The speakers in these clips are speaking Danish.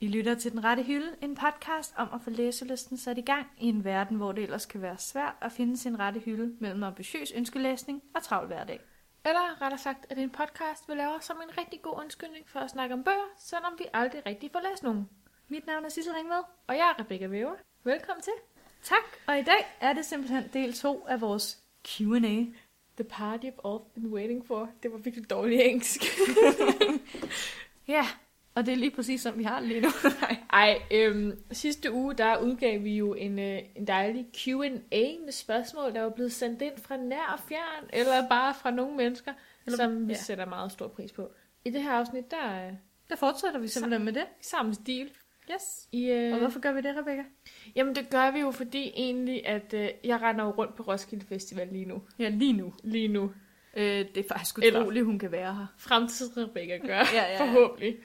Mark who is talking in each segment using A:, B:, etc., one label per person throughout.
A: lytter til Den Rette Hylde, en podcast om at få læselisten sat i gang i en verden, hvor det ellers kan være svært at finde sin rette hylde mellem ambitiøs ønskelæsning og travl hverdag.
B: Eller rettere sagt, at en podcast vi laver som en rigtig god undskyldning for at snakke om bøger, selvom vi aldrig rigtig får læst nogen.
A: Mit navn er Sissel Ringvad.
B: Og jeg er Rebecca Væver. Velkommen til
A: Tak, og i dag er det simpelthen del 2 af vores Q&A.
B: The Party I've All Been Waiting For. Det var virkelig dårlig engelsk.
A: Ja, og det er lige præcis som vi har det lige nu. Nej.
B: Ej, øhm, sidste uge, der udgav vi jo en, øh, en dejlig Q&A med spørgsmål, der var blevet sendt ind fra nær og fjern, eller bare fra nogle mennesker,
A: Eller-
B: eller, som vi
A: ja.
B: ja. sætter meget stor pris på. I det her afsnit, der er øh,
A: Der fortsætter vi simpelthen med det.
B: samme stil.
A: Yes.
B: I, øh,
A: Og hvorfor gør vi det, Rebecca?
B: Jamen, det gør vi jo, fordi egentlig, at øh, jeg render jo rundt på Roskilde Festival lige nu.
A: Ja, lige nu.
B: Lige nu.
A: Øh, det er faktisk
B: Eller-
A: utroligt, hun kan være her.
B: Fremtidsrebecca gør, ja,
A: ja,
B: ja,
A: ja.
B: ja. forhåbentlig.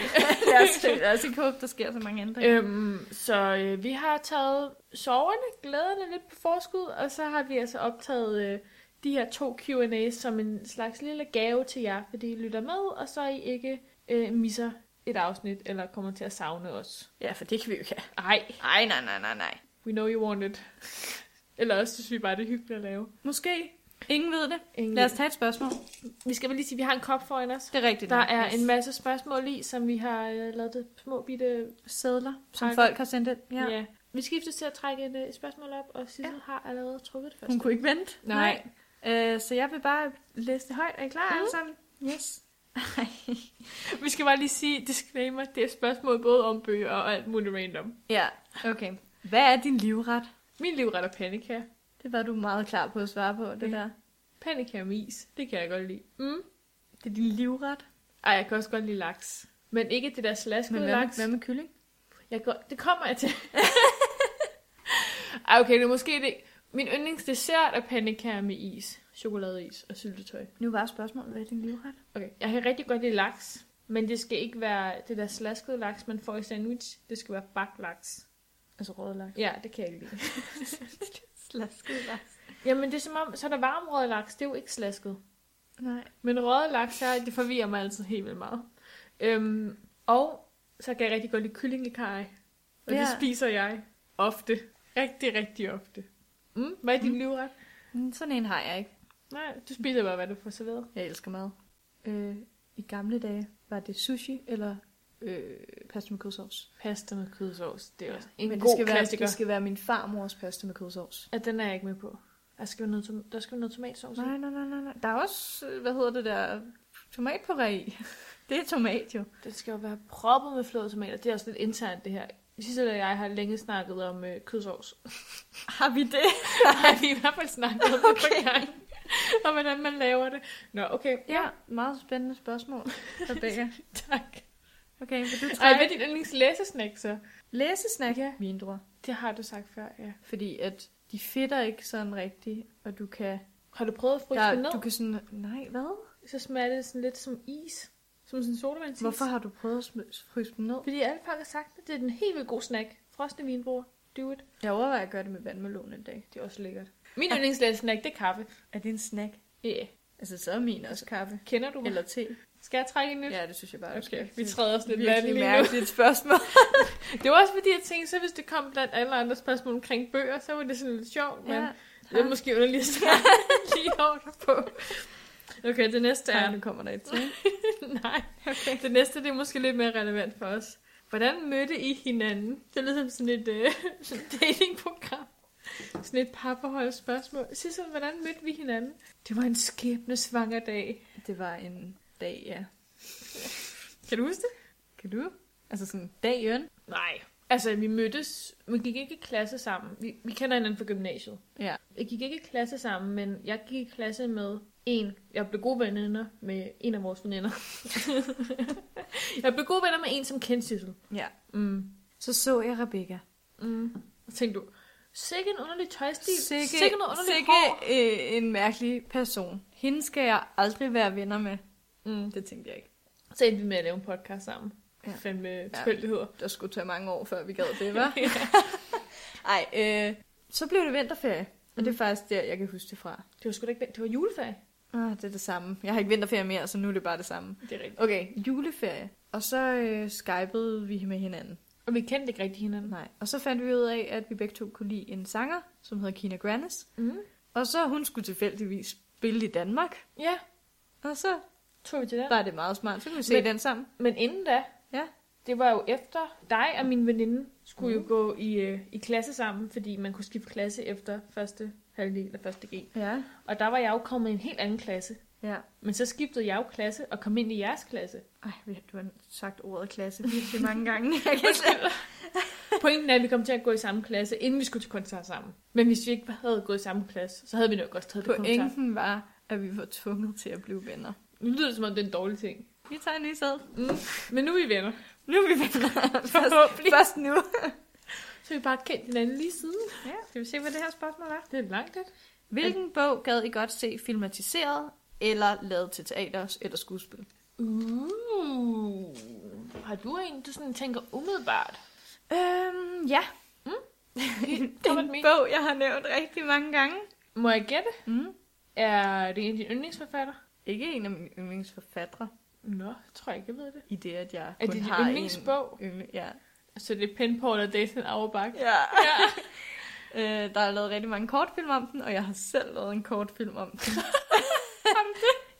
A: lad, os, lad os ikke håbe, der sker så mange ændringer.
B: Øhm, så øh, vi har taget soverne, glæderne lidt på forskud, og så har vi altså optaget øh, de her to Q&A's som en slags lille gave til jer, fordi I lytter med, og så I ikke øh, misser et afsnit, eller kommer til at savne os.
A: Ja, for det kan vi jo ikke have.
B: Ej,
A: Ej, nej, nej, nej, nej.
B: we know you want it. eller også synes vi bare, det er hyggeligt at lave.
A: Måske. Ingen ved det.
B: Ingen
A: Lad os tage et spørgsmål.
B: Vi skal vel lige sige, at vi har en kop foran os.
A: Det er rigtigt.
B: Der
A: nok.
B: er
A: Yes.
B: en masse spørgsmål i, som vi har øh, lavet det små bitte...
A: sædler, som
B: pakke.
A: folk har sendt ind. Ja.
B: Ja.
A: ja.
B: ja. Vi skifter til at trække et øh, spørgsmål op, og Sissel
A: Ja.
B: ja. har allerede trukket det første.
A: Hun kunne ikke vente.
B: Nej.
A: Nej. Øh, så jeg vil bare læse det højt. Er I klar altså?
B: Mhm.
A: alle sammen? Yes.
B: Vi skal bare lige sige disclaimer, det er spørgsmål både om bøger og alt muligt random.
A: Ja, okay. Hvad er din livret?
B: Min livret er panika.
A: Det var du meget klar på at svare på, det
B: Ja.
A: der.
B: Panika med is, det kan jeg godt lide. Mm.
A: Det er din livret.
B: Ej, jeg kan også godt lide laks. Men ikke det der
A: Men
B: slaskede
A: hvad,
B: laks.
A: med, hvad med kylling?
B: Jeg går, det kommer jeg til. Ej, okay, det er måske det. Min yndlingsdessert er pandekager med is, chokoladeis og syltetøj.
A: Nu var spørgsmålet, hvad er din livret?
B: Okay, jeg kan rigtig godt lide laks, men det skal ikke være det der slaskede laks, man får i sandwich. Det skal være bagt laks.
A: Altså rød laks.
B: Ja, det kan jeg ikke lide.
A: Slasket laks.
B: Jamen, det er som om, så er der varm rød laks, det er jo ikke slasket.
A: Nej.
B: Men rød laks, her, det forvirrer mig altid helt vildt meget. Øhm, og så kan jeg rigtig godt lide kyllingekaj. Og
A: Ja.
B: det spiser jeg ofte. Rigtig, rigtig ofte. Mm, hvad er din
A: Mm.
B: mm. livret?
A: Mm, Sådan en har jeg ikke.
B: Nej, du spiser bare, hvad du får serveret.
A: Jeg elsker mad. Øh, I gamle dage var det sushi eller øh, pasta med kødsovs.
B: Pasta med kødsovs, det er også en
A: Men
B: Men
A: det
B: god
A: skal, være,
B: klassiker.
A: det skal være min farmors pasta med kødsovs.
B: Ja, den er jeg ikke med på. Der skal være noget, tom- der skal være noget tomatsovs. i.
A: Nej, nej, nej, nej, nej. Der er også, øh, hvad hedder det der, tomatpuré i. Det er tomat jo.
B: Det skal jo være proppet med flåede tomater. Det er også lidt internt, det her. Sissel og jeg har længe snakket om øh, kødsovs.
A: Har vi det?
B: Nej, vi har i hvert fald snakket om det på gang. og hvordan man laver det. Nå, okay.
A: Ja, meget spændende spørgsmål, Rebecca.
B: Tak.
A: Okay, vil du
B: Ej,
A: trække
B: hvad er din yndlingslæsesnack så?
A: læsesnak?
B: Ja.
A: Vindruer.
B: Det har du sagt før, ja.
A: Fordi at de fedter ikke sådan rigtigt, og du kan...
B: Har du prøvet at fryse det
A: Der,
B: ned?
A: du kan sådan... Nej, hvad?
B: Så smager det sådan lidt som is. Som sådan en sodavandsis.
A: Hvorfor har du prøvet at sm- fryse dem ned?
B: Fordi alle folk har sagt, at det er en helt vildt god snack. Frosne vinbruger. Do it.
A: Jeg overvejer at gøre det med vandmelon en dag.
B: Det er også lækkert. Min yndlingslæsesnack, det er kaffe.
A: Er det en snack?
B: Ja. Yeah.
A: Altså, så er min også kaffe.
B: Kender du mig?
A: Eller te.
B: Skal jeg trække en nyt?
A: Ja, det synes jeg bare. du
B: Okay,
A: skal.
B: vi træder os
A: det er
B: lidt vand
A: virkelig
B: lige nu.
A: mærkeligt spørgsmål.
B: Det var også fordi, jeg tænkte, så hvis det kom blandt alle andre spørgsmål omkring bøger, så var det sådan lidt sjovt, men
A: Ja.
B: ja. det er måske underligt at starte lige over på. Okay, det næste
A: Nej,
B: er...
A: nu kommer der et til.
B: Nej, okay. det næste det er måske lidt mere relevant for os. Hvordan mødte I hinanden? Det er ligesom sådan et øh, datingprogram. Sådan et parforhold spørgsmål. Sissel, hvordan mødte vi hinanden? Det var en skæbne svanger dag.
A: Det var en dag, ja.
B: Kan du huske det?
A: Kan du? Altså sådan en dag i øen?
B: Nej. Altså, vi mødtes, men gik ikke i klasse sammen. Vi, vi kender hinanden fra gymnasiet.
A: Ja.
B: Jeg gik ikke i klasse sammen, men jeg gik i klasse med en. Jeg blev gode venner med en af vores veninder. jeg blev gode venner med en, som kendte Sissel.
A: ja.
B: Mm.
A: Så så jeg Rebecca.
B: Mm. Og tænkte du, sikke en underlig tøjstil, sikke,
A: Sikke,
B: sikke noget underligt
A: sikke
B: hår.
A: øh, en mærkelig person. Hende skal jeg aldrig være venner med.
B: Mm.
A: Det tænkte jeg ikke.
B: Så endte vi med at lave en podcast sammen.
A: Ja.
B: Ja. Fandme tilfældigheder.
A: Der skulle tage mange år, før vi gad det, var. Ej, Mm. øh, så blev det vinterferie. Og det er faktisk der, jeg kan huske det fra.
B: Det var sgu da ikke, det var juleferie.
A: Ah, det er det samme. Jeg har ikke vinterferie mere, så nu er det bare det samme.
B: Det er rigtigt.
A: Okay, juleferie. Og så øh, skypede vi med hinanden.
B: Og vi kendte ikke rigtig hinanden.
A: Nej. Og så fandt vi ud af, at vi begge to kunne lide en sanger, som hedder Kina Grannis.
B: Mm.
A: Og så hun skulle tilfældigvis spille i Danmark.
B: Ja,
A: Og så
B: tog vi til den.
A: var det meget smart. Så kunne vi se
B: Men-
A: den sammen.
B: Men inden da,
A: Ja. Mhm.
B: det var jo efter dig og min veninde skulle mm. jo gå i, øh, i klasse sammen, fordi man kunne skifte klasse efter første halvdel eller første G.
A: Ja.
B: Og der var jeg jo kommet i en helt anden klasse.
A: Ja.
B: Men så skiftede jeg jo klasse og kom ind i jeres klasse.
A: Ej, vi- du har sagt ordet klasse virkelig mange gange. Jeg kan slet...
B: Pointen er, at vi kom til at gå i samme klasse, inden vi skulle til koncert sammen. Men hvis vi ikke havde gået i samme klasse, så havde vi nok også taget det koncert.
A: Pointen var, at vi var tvunget til at blive venner.
B: Nu lyder det som om, det er en dårlig ting.
A: Vi tager en ny sæd.
B: Mm. Men nu er vi venner.
A: Nu er vi venner. først,
B: Forhåbentlig.
A: først nu.
B: Så har vi bare kendt hinanden lige siden.
A: Ja, skal vi se, hvad det her spørgsmål er?
B: Det er langt, ikke?
A: Hvilken bog gad I godt se filmatiseret, eller lavet til teater eller skuespil?
B: Uh. Har du en, du sådan tænker umiddelbart?
A: Øhm, ja. Det er
B: Kom med
A: en
B: den.
A: bog, jeg har nævnt rigtig mange gange.
B: Må jeg gætte?
A: Mm.
B: Er det en af dine yndlingsforfatter?
A: Ikke en af mine yndlingsforfattere,
B: Nå, jeg tror ikke, jeg ved det.
A: i det, at jeg
B: Er
A: kun
B: det din
A: har
B: yndlingsbog?
A: en... Yndling, ja.
B: Så det er Penport og Dayton Auerbach.
A: ja.
B: Ja.
A: Øh, der er lavet rigtig mange kortfilm om den, og jeg har selv lavet en kortfilm om den.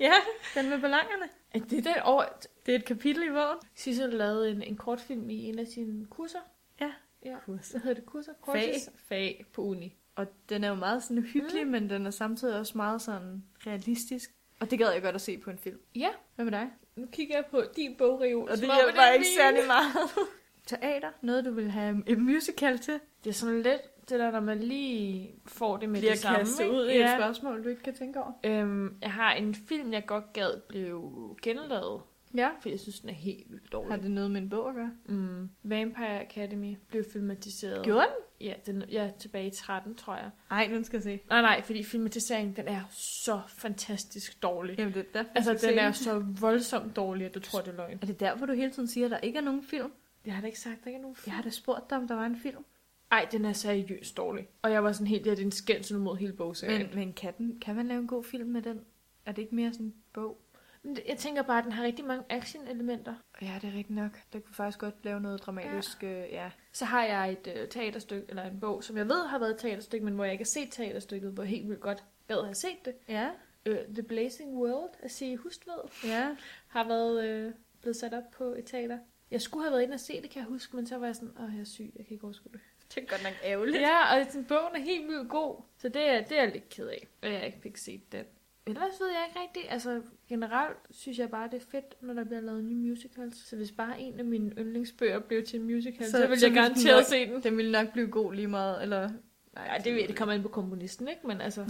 A: ja, den med ballongerne.
B: Er det den over...
A: Det er et kapitel i bogen.
B: Sissel lavede en, en kortfilm i en af sine kurser.
A: Ja.
B: ja.
A: Kurser.
B: Hvad hedder det? Kurser? Fag. Fag på uni.
A: Og den er jo meget sådan hyggelig, mm. men den er samtidig også meget sådan realistisk. Og det gad jeg godt at se på en film.
B: Ja.
A: Hvad med dig?
B: Nu kigger jeg på din bogreol.
A: Og det
B: som om,
A: hjælper
B: at
A: bare
B: er
A: ikke
B: min.
A: særlig meget. Teater? Noget, du vil have en musical til?
B: Det er sådan lidt det der, når man lige får det med
A: Bliver
B: det samme.
A: kastet
B: ikke?
A: ud i et spørgsmål, du ikke kan tænke over.
B: Øhm, jeg har en film, jeg godt gad blev genlavet,
A: Ja.
B: for jeg synes, den er helt vildt
A: Har
B: dårlig.
A: det noget med en bog at gøre?
B: Mm. Vampire Academy blev filmatiseret.
A: Gjorde den?
B: Ja, den, ja, tilbage i 13, tror jeg.
A: Ej, den skal jeg se.
B: Nej, nej, fordi filmatiseringen, den er så fantastisk dårlig.
A: Jamen, det er derfor,
B: Altså,
A: jeg skal
B: den
A: se
B: er så voldsomt dårlig, at du tror, det er løgn.
A: Er det derfor, du hele tiden siger, at der ikke er nogen film?
B: Jeg har da ikke sagt, der ikke er nogen
A: Jeg
B: film.
A: har da spurgt dig, om der var en film.
B: Ej, den er seriøst dårlig. Og jeg var sådan helt, ja, det er en skændsel mod hele bogserien.
A: Men, men kan, den, kan man lave en god film med den? Er det ikke mere sådan en bog?
B: Men det- jeg tænker bare, at den har rigtig mange action-elementer.
A: Ja, det er rigtigt nok. Der kunne faktisk godt lave noget dramatisk. Ja. Øh, ja.
B: Så har jeg et øh, teaterstykke, eller en bog, som jeg ved har været et teaterstykke, men hvor jeg ikke har set teaterstykket, hvor jeg helt vildt godt gad have set det.
A: ja,
B: Øh, The Blazing World af C. Hustved
A: ja.
B: har været øh, blevet sat op på et teater. Jeg skulle have været inde og se det, kan jeg huske, men så var jeg sådan, åh, jeg er syg, jeg kan ikke overskue det.
A: Det er godt nok ærgerligt.
B: Ja, og sådan, bogen er helt vildt god, så det er, det er jeg lidt ked af, at jeg ikke fik set den. Ellers ved jeg ikke rigtigt, altså generelt synes jeg bare, det er fedt, når der bliver lavet nye musicals. Så hvis bare en af mine yndlingsbøger blev til en musical,
A: Så-
B: så, så ville
A: så
B: jeg
A: ville den
B: garanteret
A: nok-
B: se den.
A: Den ville nok blive god lige meget, eller...
B: Nej, det, ved jeg, det kommer ind på komponisten, ikke? Men altså,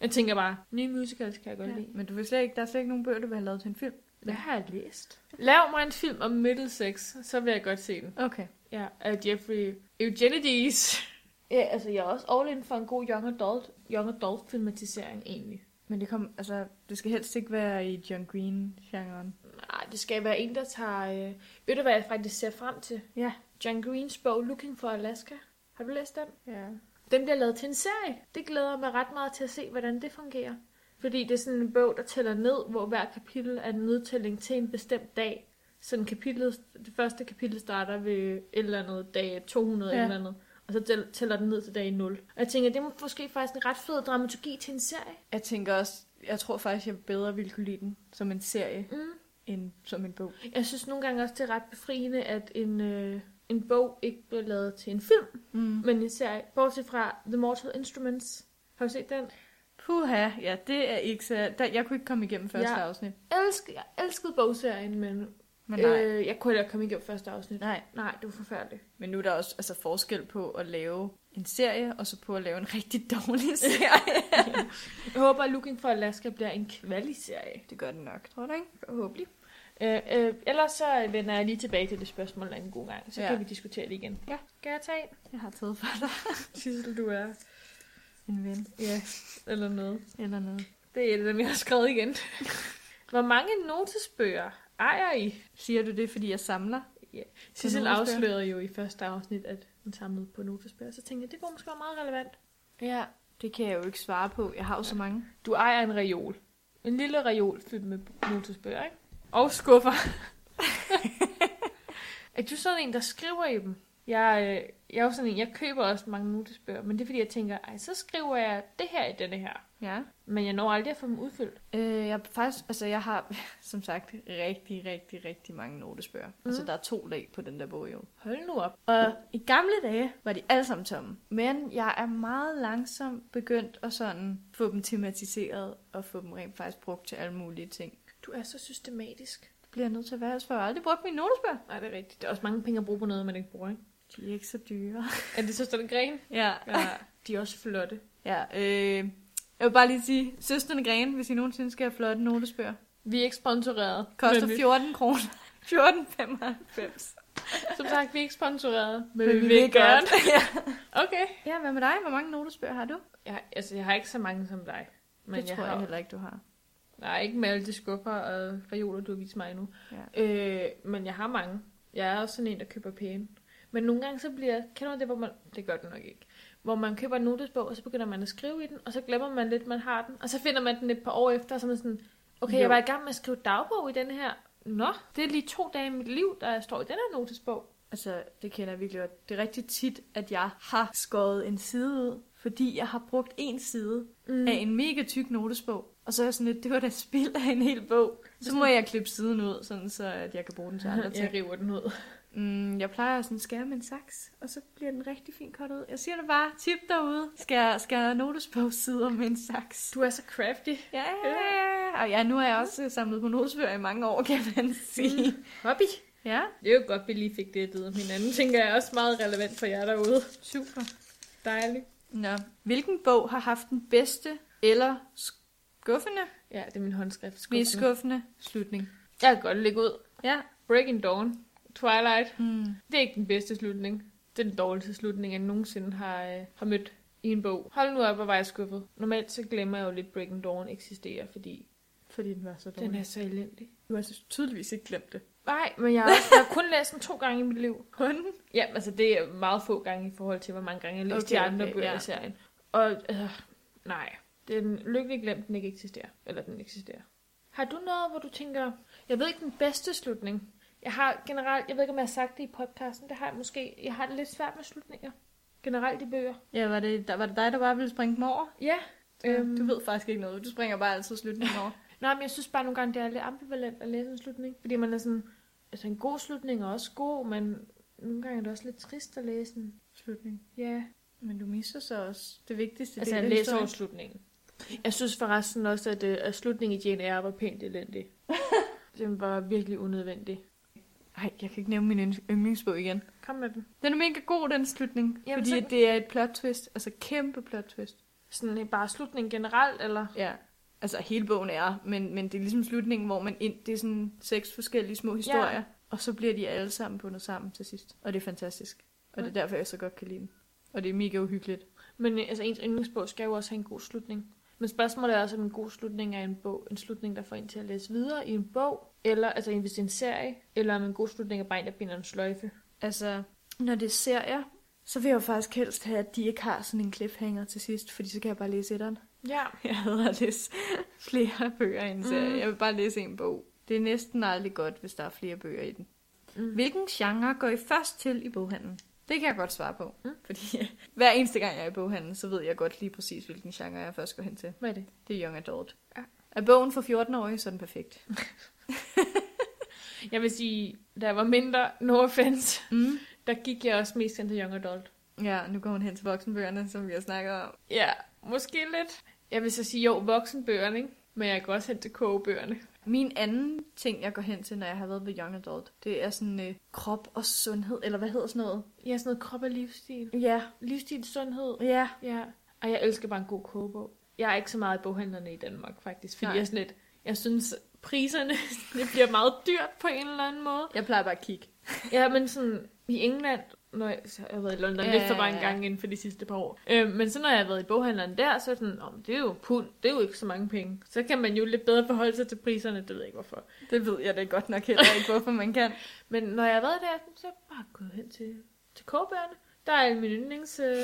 B: jeg tænker bare, nye musicals kan jeg godt ja. lide.
A: Men du vil slet ikke, der er slet ikke nogen bøger, du vil have lavet til en film.
B: Hvad har jeg læst? Lav mig en film om Middlesex, så vil jeg godt se den.
A: Okay.
B: Ja, af Jeffrey Eugenides. Ja, altså jeg er også all in for en god young adult, young adult filmatisering egentlig.
A: Men det, kom, altså, det skal helst ikke være i John Green-genren.
B: Nej, det skal være en, der tager... Øh... Ved du, hvad jeg faktisk ser frem til?
A: Ja.
B: John Greens bog Looking for Alaska. Har du læst den?
A: Ja.
B: Den bliver lavet til en serie. Det glæder jeg mig ret meget til at se, hvordan det fungerer. Fordi det er sådan en bog, der tæller ned, hvor hver kapitel er en nedtælling til en bestemt dag. Sådan kapitlet, det første kapitel starter ved et eller andet dag 200 ja.
A: Ja.
B: eller andet. Og så tæl- tæller den ned til dag 0. Og jeg tænker, det er måske faktisk en ret fed dramaturgi til en serie.
A: Jeg tænker også, jeg tror faktisk, jeg bedre ville kunne lide den som en serie,
B: Mm.
A: end som en bog.
B: Jeg synes nogle gange også, det er ret befriende, at en, øh, en bog ikke bliver lavet til en film,
A: Mm.
B: men en serie. Bortset fra The Mortal Instruments. Har du set den?
A: Puha, ja, det er ikke så... Der, jeg kunne ikke komme igennem første
B: Ja.
A: ja. afsnit.
B: Elsk, jeg elskede bogserien, men
A: Men nej. Øh,
B: Øh, jeg kunne heller ikke komme igennem første afsnit.
A: nej.
B: Nej, det var forfærdeligt.
A: Men nu er der også altså, forskel på at lave en serie, og så på at lave en rigtig dårlig serie.
B: Jeg håber, at Looking for Alaska bliver en kvaliserie.
A: det gør den nok, tror du ikke? Forhåbentlig.
B: Øh, øh, ellers så vender jeg lige tilbage til det spørgsmål en god gang, så ja.
A: Ja.
B: kan vi diskutere det igen.
A: Ja.
B: Skal jeg tage en?
A: Jeg har taget for dig
B: Sissel, du er...
A: en ven
B: Ja, eller noget.
A: eller noget.
B: Det er et af dem, jeg har skrevet igen. Hvor mange notesbøger ejer I?
A: Siger du det, fordi jeg samler?
B: Sissel
A: notesbøger?
B: afslørede jo i første afsnit, at hun samlede på notesbøger, så tænkte jeg, det kunne måske være meget relevant.
A: Ja. Det kan jeg jo ikke svare på. Jeg har jo så mange.
B: Du ejer en reol. En lille reol fyldt med notesbøger, ikke? Og skuffer. er du sådan en, der skriver i dem? Jeg, øh, jeg er jo sådan en, jeg køber også mange notesbøger, men det er fordi, jeg tænker, ej, så skriver jeg det her i denne her.
A: Ja.
B: Men jeg når aldrig at få dem udfyldt.
A: Øh, jeg, er faktisk, altså jeg har som sagt rigtig, rigtig, rigtig mange notesbøger. Mm. Altså der er to lag på den der bog jo. Mm.
B: Hold nu op.
A: Og i gamle dage var de alle sammen tomme. Men jeg er meget langsomt begyndt at sådan få dem tematiseret og få dem rent faktisk brugt til alle mulige ting.
B: Du er så systematisk.
A: Det bliver jeg nødt til at være, ellers får jeg aldrig brugt mine notesbøger.
B: Nej, det er rigtigt. Det er også mange penge at bruge på noget, man ikke bruger, ikke?
A: De er ikke så dyre.
B: Er det så sådan gren?
A: ja.
B: Ja. De er også flotte.
A: ja øh, jeg vil bare lige sige, søsterne Gren, hvis I nogensinde skal have flotte notesbøger,
B: Vi er ikke sponsoreret.
A: koster
B: Men vi-
A: 14 kroner. 14,95.
B: Som sagt, vi er ikke sponsoreret. Men,
A: Men
B: vi vil gerne.
A: ja.
B: Okay.
A: ja, hvad med dig? Hvor mange notesbøger har du?
B: Jeg, altså, jeg har ikke så mange som dig. Men
A: det
B: jeg
A: tror
B: har,
A: jeg heller ikke, du har.
B: Nej, ikke med alle de skuffer og reoler, du har vist mig endnu.
A: Ja.
B: Øh, men jeg har mange. Jeg er også sådan en, der køber pæne. Men nogle gange så bliver... Kender du det, hvor man... Det gør du nok ikke. Hvor man køber en notesbog, og så begynder man at skrive i den, og så glemmer man lidt, man har den. Og så finder man den et par år efter, og så er man sådan... Okay,
A: Jo.
B: jeg var i gang med at skrive dagbog i den her. Nå, det er lige to dage i mit liv, der står i den her notesbog.
A: Altså, det kender jeg virkelig godt. Det er rigtig tit, at jeg har skåret en side ud, fordi jeg har brugt en side
B: Mm.
A: af en mega tyk notesbog. Og så er jeg sådan lidt, det var da spild af en hel bog. Så må jeg klippe siden ud, sådan så at jeg kan bruge den til andre
B: Jeg
A: ting.
B: river den ud.
A: Mm, jeg plejer at sådan skære med en saks, og så bliver den rigtig fint kort ud. Jeg siger det bare, tip derude, skær, skær notesbogssider med en saks.
B: Du er så crafty.
A: Ja, og ja, nu har jeg også øh, samlet på notesbøger i mange år, kan man sige.
B: Hobby.
A: Ja,
B: Det er jo godt, vi lige fik det at vide om hinanden. Tænker jeg er også meget relevant for jer derude.
A: super.
B: Dejligt.
A: Nå. Hvilken bog har haft den bedste eller skuffende,
B: Ja, det er min håndskrift. Skuffen.
A: mest skuffende slutning?
B: Jeg kan godt lægge ud.
A: Ja.
B: Breaking Dawn. Twilight.
A: Mm.
B: Det er ikke den bedste slutning. Det er den dårligste slutning, jeg nogensinde har, øh, har mødt i en bog. Hold nu op, hvor var jeg skuffet. Normalt så glemmer jeg jo lidt, Breaking Dawn eksisterer, fordi
A: Fordi den var så
B: den er så elendig.
A: Du har så tydeligvis ikke glemt det.
B: Nej, men jeg har, også, jeg har kun læst den to gange i mit liv.
A: Kun?
B: Ja, altså det er meget få gange i forhold til, hvor mange gange jeg har læst
A: Okay,
B: de andre
A: okay,
B: okay, bøger
A: ja.
B: i serien. Og øh, nej, den lykkelig glemt, den ikke eksisterer. Eller den eksisterer. Har du noget, hvor du tænker, jeg ved ikke den bedste slutning. Jeg har generelt, jeg ved ikke, om jeg har sagt det i podcasten, det har jeg måske. Jeg har det lidt svært med slutninger. Generelt i bøger.
A: Ja, var det, der, var det dig, der bare ville springe dem over?
B: Ja. Øhm,
A: Du ved faktisk ikke noget. Du springer bare altid slutningen over.
B: Nej, men jeg synes bare nogle gange, det er lidt ambivalent at læse en slutning. Fordi man er sådan, altså en god slutning er også god, men nogle gange er det også lidt trist at læse den.
A: Slutning.
B: Ja. Yeah.
A: Men du misser så også det vigtigste.
B: Altså,
A: del
B: jeg
A: af
B: læser
A: historien.
B: over slutningen. Jeg synes forresten også, at, øh, at slutningen i Jane Eyre var pænt elendig. den var virkelig unødvendig.
A: Ej, jeg kan ikke nævne min yndlings- yndlingsbog igen.
B: Kom med den.
A: Den er mega god, den slutning.
B: Jamen,
A: Jamen, fordi
B: så-
A: så... det er et plot twist. Altså kæmpe plot twist.
B: Sådan øh, bare slutningen generelt, eller?
A: Ja, altså hele bogen er, men, men det er ligesom slutningen, hvor man ind, det er sådan seks forskellige små historier, ja. og så bliver de alle sammen bundet sammen til sidst. Og det er fantastisk. Og det er derfor, jeg så godt kan lide den. Og det er mega uhyggeligt.
B: Men øh, altså, ens yndlingsbog skal jo også have en god slutning. Men spørgsmålet er også, om en god slutning er en bog, en slutning, der får en til at læse videre i en bog, eller altså en- hvis det er en serie, eller om en god slutning er bare en, der binder en sløjfe.
A: Altså, når det er serier, så vil jeg jo faktisk helst have, at de ikke har sådan en cliffhanger til sidst, fordi så kan jeg bare læse etteren.
B: Ja.
A: Jeg hader at læse flere bøger i en serie.
B: Mm.
A: Mm. Jeg vil bare læse en bog. Det er næsten aldrig godt, hvis der er flere bøger i den.
B: Mm.
A: Hvilken genre går I først til i boghandlen? Det kan jeg godt svare på.
B: Mm.
A: Mm. Fordi hver eneste gang jeg er i boghandlen, så ved jeg godt lige præcis, hvilken genre jeg først går hen til.
B: Hvad er det?
A: Det er Young Adult.
B: Ja.
A: Er bogen for 14-årige, så er den perfekt.
B: Jeg vil sige, da jeg var mindre, no offense,
A: Mm.
B: der gik jeg også mest hen til Young Adult.
A: Ja, nu går hun hen til voksenbøgerne, som vi har snakket om.
B: Ja, måske lidt. Jeg vil så sige jo, voksenbøgerne, ikke? Men jeg går også hen til kogebøgerne.
A: Min anden ting, jeg går hen til, når jeg har været ved Young Adult, det er sådan øh, krop og sundhed, eller hvad hedder sådan noget?
B: Ja, sådan noget krop og livsstil.
A: Ja,
B: Livsstil, sundhed.
A: ja.
B: Ja. Og jeg elsker bare en god kogebog. Jeg er ikke så meget i boghandlerne i Danmark, faktisk. Fordi
A: Nej.
B: jeg, er sådan lidt, jeg synes, priserne det bliver meget dyrt på en eller anden måde.
A: Jeg plejer bare at kigge.
B: Ja, men sådan i England, når jeg, så har jeg har været i London
A: Ja,
B: ja, lidt for
A: ja,
B: mange
A: ja.
B: gange inden for de sidste par år. Øh, men så når jeg har været i boghandleren der, så er sådan, om det er jo pund, det er jo ikke så mange penge. Så kan man jo lidt bedre forholde sig til priserne, det ved jeg ikke hvorfor.
A: Det ved jeg da godt nok heller ikke, hvorfor man kan.
B: Men når jeg har været der, så er jeg bare gået hen til, til kogebørnene. Der er alle mine yndlings øh,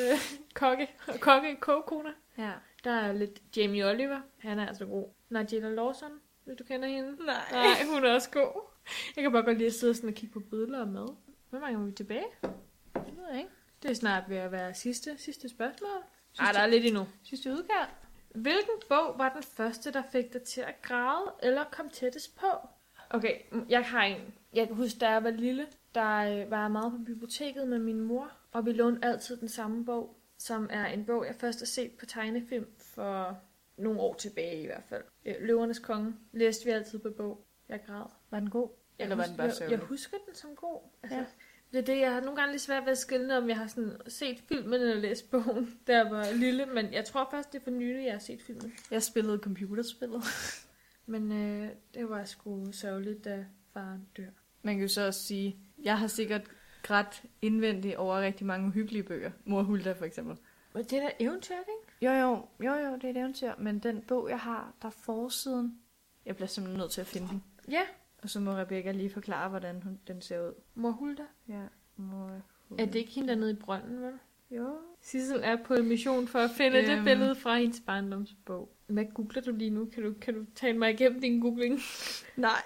B: kokke og kokke kogekoner.
A: Ja.
B: Der er lidt Jamie Oliver. Han er altså god. Nigella Lawson, hvis du kender hende.
A: Nej.
B: Nej, hun er også god. Jeg kan bare godt lide at sidde sådan og kigge på billeder og mad. Hvor mange er vi tilbage?
A: Det ved jeg ikke.
B: Det er snart ved at være sidste, sidste spørgsmål.
A: Sidste-
B: Nej, der er lidt endnu.
A: Sidste udkald.
B: Hvilken bog var den første, der fik dig til at græde eller kom tættest på? Okay, mm, jeg har en. Jeg kan huske, da jeg var lille, der øh, var jeg meget på biblioteket med min mor, og vi lånte altid den samme bog, som er en bog, jeg først har set på tegnefilm for nogle år tilbage i hvert fald. Øh, Løvernes Konge læste vi altid på bog. Jeg græd.
A: Var den god?
B: Jeg
A: Eller var den bare
B: husker, jeg, jeg
A: sørgelig?
B: husker den som god. Altså,
A: Ja.
B: ja. Det er det, jeg har nogle gange lidt svært ved at skille, om jeg har sådan set filmen eller læst bogen, da jeg var lille, men jeg tror faktisk, det er for nylig, jeg har set filmen.
A: Jeg spillede computerspillet.
B: Men øh, det var sgu sørgeligt, da faren dør.
A: Man kan jo så også sige, jeg har sikkert grædt indvendigt over rigtig mange hyggelige bøger. Mor Hulda for eksempel.
B: Men det er da eventyrt, ikke?
A: Jo, jo, jo, jo, det er et eventyr. Men den bog, jeg har, der er forsiden. Jeg bliver simpelthen nødt til at finde den.
B: Ja,
A: Og så må Rebecca lige forklare, hvordan hun, den ser ud.
B: mor Hulda.
A: Ja, mor Hulda.
B: Er det ikke hende dernede i brønden, vel?
A: Jo.
B: Sissel er på en mission for at finde øhm.
A: Øhm.
B: det billede fra hendes barndomsbog. Hvad googler du lige nu? Kan du, kan du tale mig igennem din googling?
A: Nej.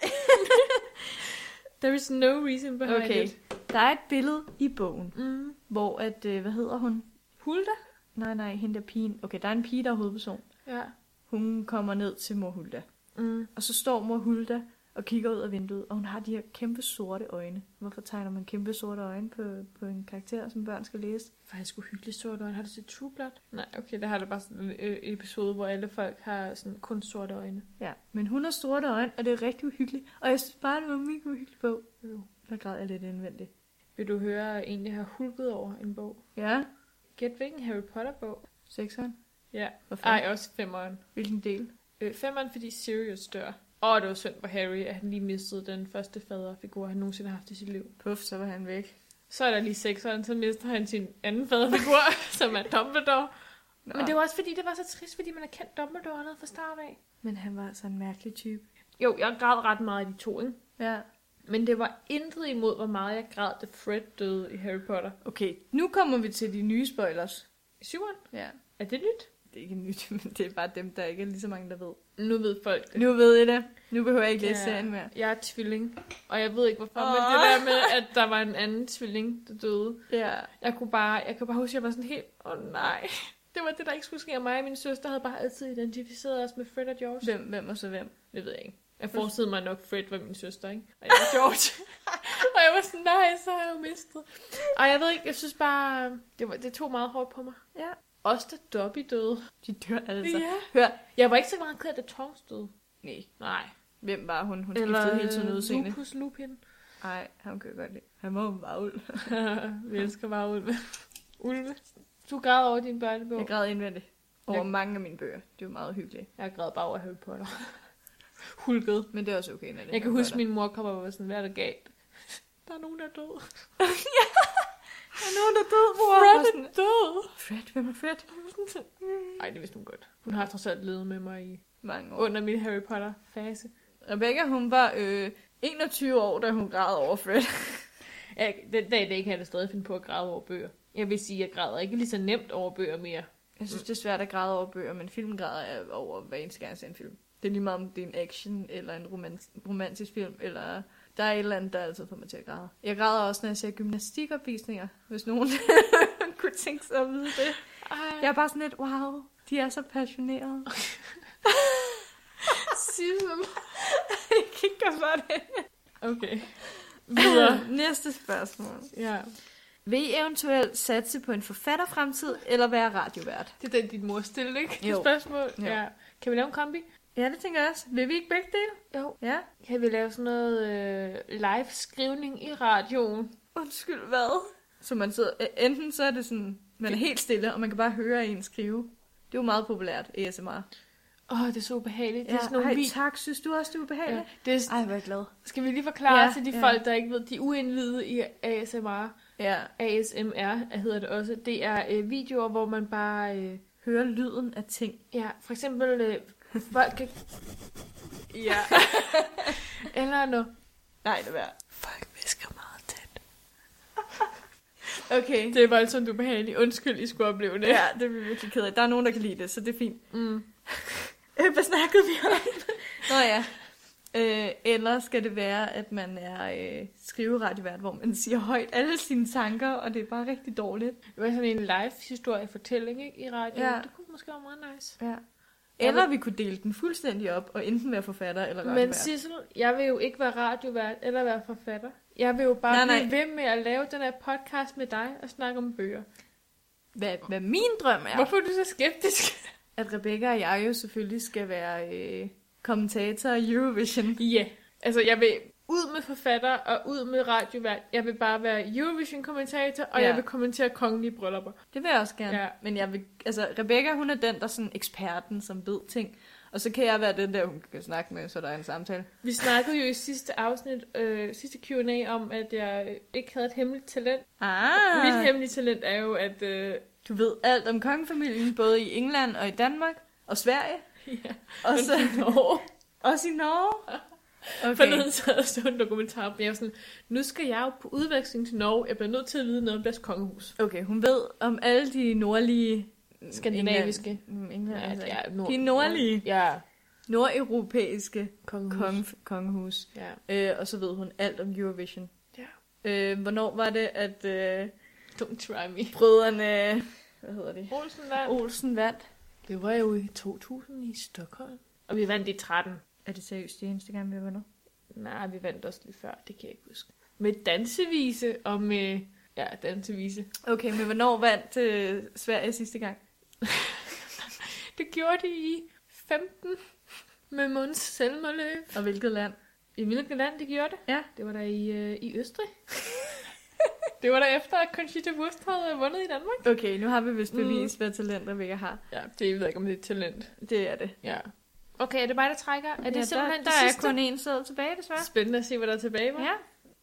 B: There is no reason behind
A: Okay.
B: it.
A: Der er et billede i bogen,
B: Mm.
A: hvor at, øh, hvad hedder hun?
B: Hulda?
A: Nej, nej, hende der pigen. Okay, der er en pige, der er hovedperson.
B: Ja.
A: Hun kommer ned til mor Hulda.
B: Mm.
A: Og så står mor Hulda og kigger ud af vinduet, og hun har de her kæmpe sorte øjne. Hvorfor tegner man kæmpe sorte øjne på, på en karakter, som børn skal læse?
B: Faktisk uhyggeligt sort øjne. Har du set True Blood? Nej, okay, der har du bare sådan en ø- episode, hvor alle folk har sådan kun sorte øjne.
A: Ja, men hun har sorte øjne, og det er rigtig uhyggeligt. Og jeg synes bare, det var en mega uhyggelig bog.
B: Jo.
A: Der græd jeg lidt indvendigt.
B: Vil du høre, at jeg egentlig har hulket over en bog?
A: Ja,
B: Gæt hvilken Harry Potter-bog?
A: sekseren.
B: Ja.
A: Hvorfor?
B: Ej, også femeren.
A: Hvilken del?
B: Øh, femeren, fordi Sirius dør. Og det var synd for Harry, at han lige mistede den første faderfigur, han nogensinde har haft i sit liv.
A: Puff, så var han væk.
B: Så er der lige sekseren, så mister han sin anden faderfigur, som er Dumbledore.
A: Nå.
B: Men det var også fordi, det var så trist, fordi man har kendt Dumbledore allerede fra start af.
A: men han var altså en mærkelig type.
B: Jo, jeg græd ret meget i de to, ikke?
A: Ja.
B: Men det var intet imod, hvor meget jeg græd, da Fred døde i Harry Potter.
A: Okay, nu kommer vi til de nye spoilers.
B: Syveren?
A: Ja.
B: Er det nyt?
A: Det er ikke nyt, men det er bare dem, der ikke er lige så mange, der ved.
B: Nu ved folk det.
A: Nu ved I det. Nu behøver jeg ikke læse
B: Ja.
A: serien mere.
B: Jeg er tvilling, og jeg ved ikke hvorfor, oh. men
A: Åh.
B: det der med, at der var en anden tvilling, der døde.
A: Ja.
B: Jeg kunne bare, jeg kunne bare huske, at jeg var sådan helt, åh oh, nej. Det var det, der ikke skulle ske, og mig og min søster havde bare altid identificeret os med Fred og George. Det, Mm.
A: Hvem, hvem og så hvem?
B: det ved jeg ikke. Jeg forestillede mig nok, Fred var min søster, ikke? Og jeg var George. og jeg var sådan, nej, så har jeg jo mistet. Og jeg ved ikke, jeg synes bare, det, var, det tog meget hårdt på mig.
A: Ja.
B: Også da Dobby døde.
A: De dør altså.
B: Altså,
A: Ja.
B: ja.
A: Hør.
B: Jeg var ikke så meget ked af, da Tongs døde.
A: Nej.
B: Nej.
A: Hvem var hun? Hun skiftede hele tiden udseende.
B: Lupus Lupin.
A: Nej, han kan jeg godt lide. Han var jo bare uld.
B: Vi elsker bare ulve. ulve. Du græd over din børnebog.
A: Jeg græd indvendigt over
B: Jeg-
A: mange af mine bøger. Det var meget hyggeligt.
B: jeg græd bare over Harry Potter. Hulket.
A: Men det er også okay, når det
B: Jeg kan
A: er
B: huske,
A: godt.
B: min mor kommer og var sådan, hvad er der galt? Der er nogen, der er død.
A: Der er nogen, der er død, mor.
B: Fred
A: Fred.
B: er død!
A: Fred, hvem er Fred?
B: Nej, det vidste hun godt. Hun har trods alt levet med mig i,
A: Mange år.
B: under min Harry Potter-fase.
A: Rebecca, hun var øh, 21 år, da hun græd over Fred.
B: Jeg, den dag i dag kan jeg da stadig finde på at græde over bøger. Jeg vil sige, at jeg græder ikke lige så nemt over bøger mere.
A: Jeg synes, det er svært at græde over bøger, men film græder jeg over hver eneste gang, jeg ser en film. Det er lige meget, om det er en action eller en romans- romantisk film, eller der er et eller andet, der altid får mig til at græde. Jeg græder også, når jeg ser gymnastikopvisninger, hvis nogen kunne tænke sig at vide det.
B: Ej.
A: Jeg er bare sådan lidt, wow, de er så passionerede.
B: Sissel.
A: jeg kan ikke gøre for det.
B: Okay. Videre.
A: Næste spørgsmål.
B: Ja.
A: Vil I eventuelt satse på en forfatterfremtid, eller være radiovært?
B: Det er den, din mor stillede, ikke?
A: Jo.
B: Det spørgsmål.
A: Jo.
B: Ja. Kan vi lave en kombi?
A: Ja, det tænker jeg også. Vil vi ikke begge dele?
B: Jo.
A: Ja.
B: Kan vi lave sådan noget øh, live-skrivning i radioen?
A: Undskyld, hvad? Så man sidder, enten så er det sådan, man er helt stille, og man kan bare høre en skrive. Det er jo meget populært, ASMR.
B: Åh, oh, det er så ubehageligt. det er sådan nogle
A: ej,
B: vi-
A: tak. Synes du også, det er ubehageligt?
B: Ja. Det er,
A: Ej, hvor er jeg glad.
B: skal vi lige forklare
A: Ja,
B: ja, til de
A: ja.
B: ja. folk, der ikke ved, de er uindvidede i ASMR.
A: Ja.
B: ASMR hedder det også. Det er øh, videoer, hvor man bare... Øh,
A: Høre lyden af ting.
B: ja, for eksempel... Øh, folk kan... Ja. Eller noget.
A: Nej, det er værd.
B: Folk visker meget tæt.
A: Okay.
B: Det er voldsomt ubehageligt. Undskyld, I skulle opleve det.
A: Ja, det er vi virkelig ked af. Der er nogen, der kan lide det, så det er fint.
B: Mm.
A: Øh, Hvad snakkede vi om? Nå ja. Øh, eller skal det være, at man er øh, skriveradiovært, hvor man siger højt alle sine tanker, og det er bare rigtig dårligt.
B: Det var sådan en live-historie-fortælling ikke, i radioen.
A: Ja.
B: Det kunne måske være meget nice.
A: Ja. Eller vi kunne dele den fuldstændig op, og enten være forfatter eller
B: Men
A: radiovært.
B: Sissel, jeg vil jo ikke være radiovært eller være forfatter. Jeg vil jo bare
A: Nej, nej.
B: blive ved med at lave den her podcast med dig og snakke om bøger.
A: Hvad, hvad min drøm er,
B: Ja. Hvorfor er du så skeptisk?
A: at Rebecca og jeg jo selvfølgelig skal være øh, kommentatorer i Eurovision.
B: Ja. Yeah. Altså, jeg vil ud med forfatter og ud med radiovært. Jeg vil bare være Eurovision-kommentator, og
A: Ja.
B: ja. jeg vil kommentere kongelige bryllupper.
A: Det vil jeg også gerne.
B: Ja.
A: Men jeg vil, altså, Rebecca, hun er den, der er sådan eksperten, som ved ting. Og så kan jeg være den der, hun kan snakke med, så der er en samtale.
B: Vi snakkede jo i sidste afsnit, øh, sidste Q&A, om, at jeg øh, ikke havde et hemmeligt talent.
A: Ah,
B: Mit hemmelige talent er jo, at... Øh,
A: du ved alt om kongefamilien, både i England og i Danmark og Sverige.
B: ja,
A: Og så,
B: Norge.
A: også i Norge.
B: Forleden så havde jeg så en dokumentar, men jeg var sådan, nu skal jeg jo på udveksling til Norge. Jeg bliver nødt til at vide noget om deres kongehus.
A: Okay, hun ved om alle de nordlige... mm,
B: Skandinaviske.
A: England, Mm, England, altså.
B: det er nord-
A: De nordlige.
B: Ja,
A: Nordeuropæiske
B: kongehus.
A: kong, kongehus.
B: Ja.
A: Øh, og så ved hun alt om Eurovision.
B: ja.
A: Øh, hvornår var det, at øh,
B: Don't try me.
A: brødrene... Hvad hedder det?
B: Olsen vandt.
A: Olsen vandt.
B: Det var jo i 2000 i Stockholm. Og vi vandt i 13.
A: Er det seriøst det eneste gang, vi har vundet?
B: Nej, vi vandt også lidt før, det kan jeg ikke huske. Med dansevise og med... Ja, dansevise.
A: Okay, men hvornår vandt øh, Sverige sidste gang?
B: Det gjorde de i 15 med Måns Selmerløb.
A: Og hvilket land?
B: I hvilket land de gjorde det?
A: Ja.
B: Det var der i, øh, i Østrig. det var der efter, at Conchita Wurst havde øh, vundet i Danmark.
A: Okay, nu har vi vist
B: Mm.
A: bevis, mm. hvad talenter vi ikke har.
B: Ja, det ved jeg ikke, om det er talent.
A: Det er det.
B: Ja. Okay, er det mig, der trækker? Er det
A: ja,
B: simpelthen det
A: der, der
B: sidste?
A: er kun én sæd tilbage, desværre.
B: Spændende at se, hvad der er tilbage var.
A: Ja.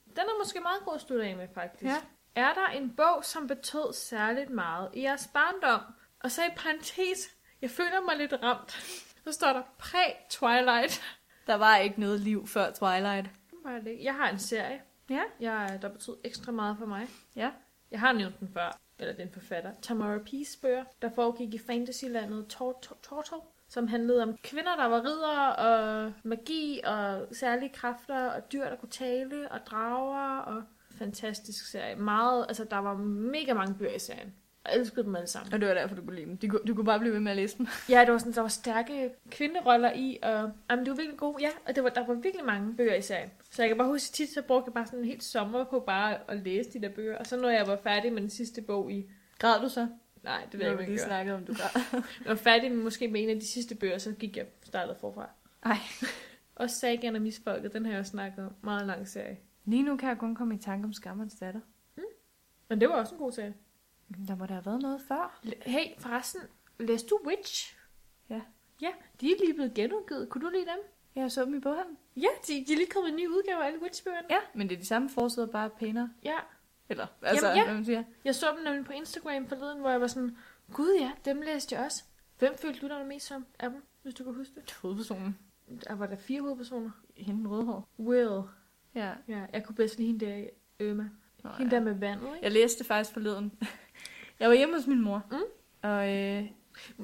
B: Den er måske meget god at slutte af med, faktisk.
A: Ja.
B: Er der en bog, som betød særligt meget i jeres barndom? Og så i parentes, jeg føler mig lidt ramt. Så står der præ-Twilight.
A: Der var ikke noget liv før Twilight.
B: Var det ikke? Jeg har en serie,
A: Ja.
B: jeg, der betød ekstra meget for mig.
A: Ja.
B: Jeg har nævnt den før, eller den forfatter. Tamara Peace bøger, der foregik i fantasylandet Tor- Tor- Torto, som handlede om kvinder, der var riddere, og magi, og særlige kræfter, og dyr, der kunne tale, og drager, og fantastisk serie. Meget, altså der var mega mange bøger i serien. Jeg elskede dem alle sammen.
A: Og det var derfor, du kunne lide dem. Du, kunne- du kunne bare blive ved med at læse dem.
B: Ja, det var sådan, der var stærke kvinderoller i, og jamen, det var virkelig god, ja, og det var, der var virkelig mange bøger i serien. Så jeg kan bare huske, at tit så brugte jeg bare sådan en helt sommer på bare at læse de der bøger, og så når jeg var færdig med den sidste bog i,
A: Græd du så?
B: nej, det ved
A: Det ved
B: jeg
A: jeg,
B: ikke,
A: vi
B: om jeg
A: lige
B: gjorde.
A: snakkede om, du græd.
B: Jeg var færdig med måske med en af de sidste bøger, så gik jeg startede forfra.
A: Ej.
B: Og Sagan og Misfolket, den har jeg også snakket om. Meget lang serie.
A: Lige nu kan jeg kun komme i tanke om Skammerens datter.
B: Men det var også en god serie.
A: Der må der have været noget før.
B: Hey, forresten, læste du Witch?
A: Ja.
B: Ja, de er lige blevet genudgivet. Kunne du lide dem?
A: Jeg så dem i boghandlen.
B: Ja, de, de er lige kommet en ny udgave af alle Witch-bøgerne.
A: Ja, men det er de samme forsider, bare pænere.
B: Ja.
A: Eller, altså,
B: Jamen, ja.
A: hvad man siger.
B: Jeg så dem nemlig på Instagram forleden, hvor jeg var sådan, gud ja, dem læste jeg også. Hvem følte du dig mest som af dem, hvis du kan huske det?
A: Hovedpersonen.
B: Der var der fire hovedpersoner.
A: Hende med rødhår.
B: Will.
A: Ja.
B: Ja, jeg kunne bedst lide hende der, Irma.
A: Nå,
B: Hende
A: ja.
B: der med vandet, ikke?
A: Jeg læste det faktisk forleden. Jeg var hjemme hos min mor.
B: Mm.
A: Og øh,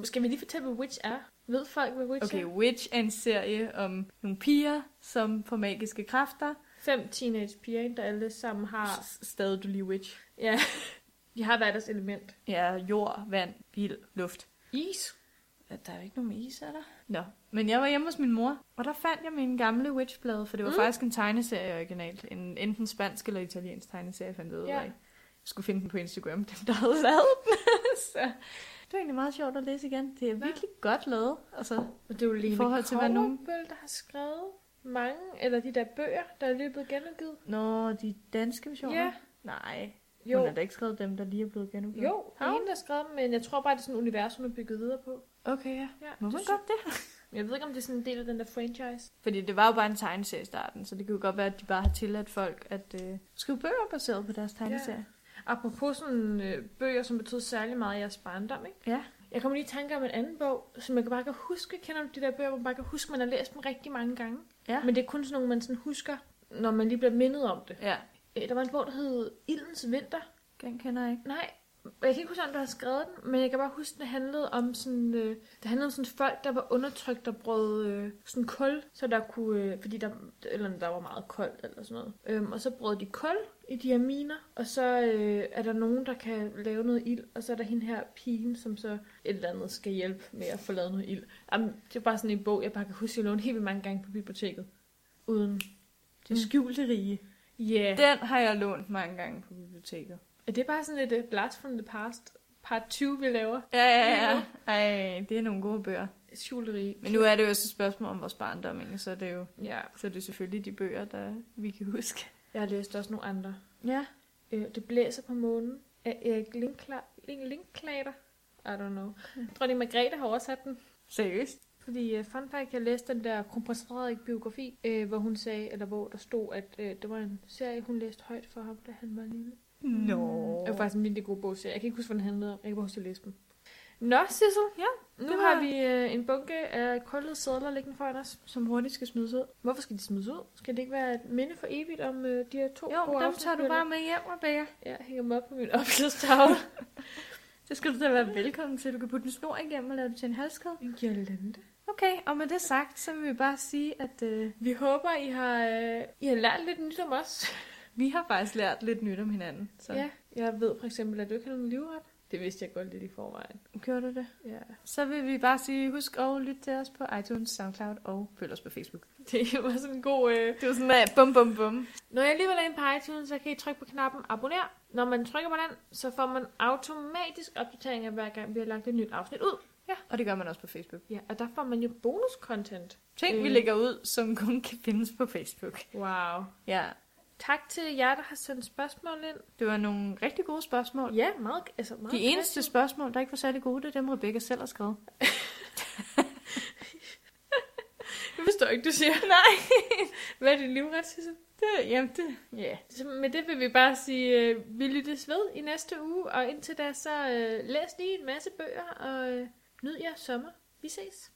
B: Skal vi lige fortælle, hvad Witch er? Ved folk, hvad Witch
A: Okay,
B: er?
A: Witch er en serie om nogle piger, som får magiske kræfter.
B: Fem teenage piger, ikke, der alle sammen har...
A: S- Stadig du lige Witch.
B: Ja, de har hver deres element.
A: Ja, jord, vand, ild, luft.
B: Is.
A: Ja, Der er jo ikke nogen med is, er der? Nå, men jeg var hjemme hos min mor, og der fandt jeg min gamle Witchblade, for det var mm.
B: Mm.
A: faktisk en tegneserie originalt. En enten spansk eller italiensk tegneserie, fandt jeg ud af.
B: Ja.
A: Jeg skulle finde den på Instagram, dem der havde lavet den. Så det var egentlig meget sjovt at læse igen. Det er virkelig godt lavet. Altså,
B: Og det er jo Lene
A: forhold
B: forhold
A: til, hvad nogen-
B: der har skrevet mange, eller de der bøger, der er lige blevet genudgivet.
A: Nå, de danske versioner?
B: Ja.
A: Nej, jo.
B: Jo,
A: hun har da ikke skrevet dem, der lige er blevet genudgivet.
B: jo, det er
A: Har
B: hende, der har skrevet dem, men jeg tror bare, det er sådan et univers, hun har bygget videre på.
A: Okay, ja.
B: Ja,
A: Må
B: det
A: man
B: sy-
A: godt det?
B: Men Jeg ved ikke, om det er sådan en del af den der franchise.
A: Fordi det var jo bare en tegneserie i starten, så det kan jo godt være, at de bare har tilladt folk at øh, skrive bøger baseret på deres tegneserie.
B: Apropos sådan øh, bøger, som betød særlig meget i jeres barndom, ikke?
A: Ja.
B: Jeg kommer lige i tanke om en anden bog, som jeg bare kan huske. Kender du de der bøger, hvor man bare kan huske, man har læst dem rigtig mange gange?
A: Ja.
B: Men det er kun sådan nogle, man sådan husker, når man lige bliver mindet om det.
A: ja.
B: Øh, Der var en bog, der hed Ildens Vinter.
A: Den kender jeg ikke.
B: Nej, jeg kan ikke huske, om du har skrevet den, men jeg kan bare huske, den handlede om sådan, øh, det handlede om sådan folk, der var undertrykt og brød øh, sådan kul, så der kunne, øh, fordi der, eller der var meget koldt eller sådan noget. Øhm, og så brød de kul i de her miner, og så øh, er der nogen, der kan lave noget ild, og så er der hende her pigen, som så et eller andet skal hjælpe med at få lavet noget ild. Jamen, det er bare sådan en bog, jeg bare kan huske, jeg lånte helt vildt mange gange på biblioteket. Uden
A: Det skjulte rige.
B: Ja. Yeah.
A: Den har jeg lånt mange gange på biblioteket.
B: Er det bare sådan lidt uh, blast from the past? Part 20, vi laver.
A: Ja, ja, ja. Ej, det er nogle gode bøger.
B: Skjuleri.
A: Men nu er det jo også et spørgsmål om vores barndom, ikke? så er det jo
B: Ja.
A: så er det selvfølgelig de bøger, der vi kan huske.
B: Jeg har læst også nogle andre.
A: Ja.
B: Øh, det blæser på månen af Erik Linkla- Link- Linklater. I don't know. Dronning Margrethe har oversat den.
A: Seriøst?
B: Fordi uh, fun fact, jeg læste den der Kronprins Frederik biografi, øh, hvor hun sagde, eller hvor der stod, at øh, det var en serie, hun læste højt for ham, da han var lille.
A: Nå.
B: Det var faktisk en virkelig god bogserie. Jeg kan ikke huske, hvad den handlede om. Jeg kan bare huske, at jeg læste den. Nå, Sissel.
A: Ja,
B: Nu
A: det
B: har
A: var-
B: vi øh, en bunke af krøllede sædler liggende foran os.
A: Som hurtigt skal smides ud.
B: Hvorfor skal de smides ud? Skal det ikke være et minde for evigt om øh, de her to
A: Jo, dem
B: afsnit,
A: tager du
B: vi har lavet?
A: bare med hjem, Rebecca.
B: Ja, jeg hænger dem op på min opslagstavle.
A: Det skal du da være velkommen til. Du kan putte en snor igennem og lave det til en halskæde.
B: en girlande.
A: Okay, og med det sagt, så vil vi bare sige, at øh,
B: Vi håber, I har, øh, I har lært lidt nyt om os.
A: vi har faktisk lært lidt nyt om hinanden. Så.
B: Ja, jeg ved for eksempel, at du ikke har nogen livret. Det vidste jeg godt lidt i forvejen.
A: Gjorde du det?
B: Ja,
A: Så vil vi bare sige, husk at lytte til os på iTunes, Soundcloud og følg os på Facebook.
B: det var sådan en god... Øh...
A: Det var sådan, at bum, bum, bum.
B: Når jeg alligevel er inde på iTunes, så kan I trykke på knappen abonner. Når man trykker på den, så får man automatisk opdateringer, hver gang vi har lagt et nyt afsnit ud.
A: Ja, og det gør man også på Facebook.
B: Ja, og der får man jo bonus-content.
A: Ting, vi
B: Øh.
A: lægger ud, som kun kan findes på Facebook.
B: Wow.
A: Ja,
B: Tak til jer, der har sendt spørgsmål ind.
A: det var nogle rigtig gode spørgsmål.
B: Ja, meget, altså meget
A: De eneste
B: kreativt.
A: spørgsmål, der ikke var særlig gode, det er dem, Rebecca selv har skrevet.
B: Jeg forstår ikke, du siger. Nej. Hvad er din livret, Sissel?
A: Det, jamen det.
B: Ja. Så med det vil vi bare sige, øh, vi lyttes ved i næste uge, og indtil da så øh, læs lige en masse bøger, og øh, nyd jer sommer. Vi ses.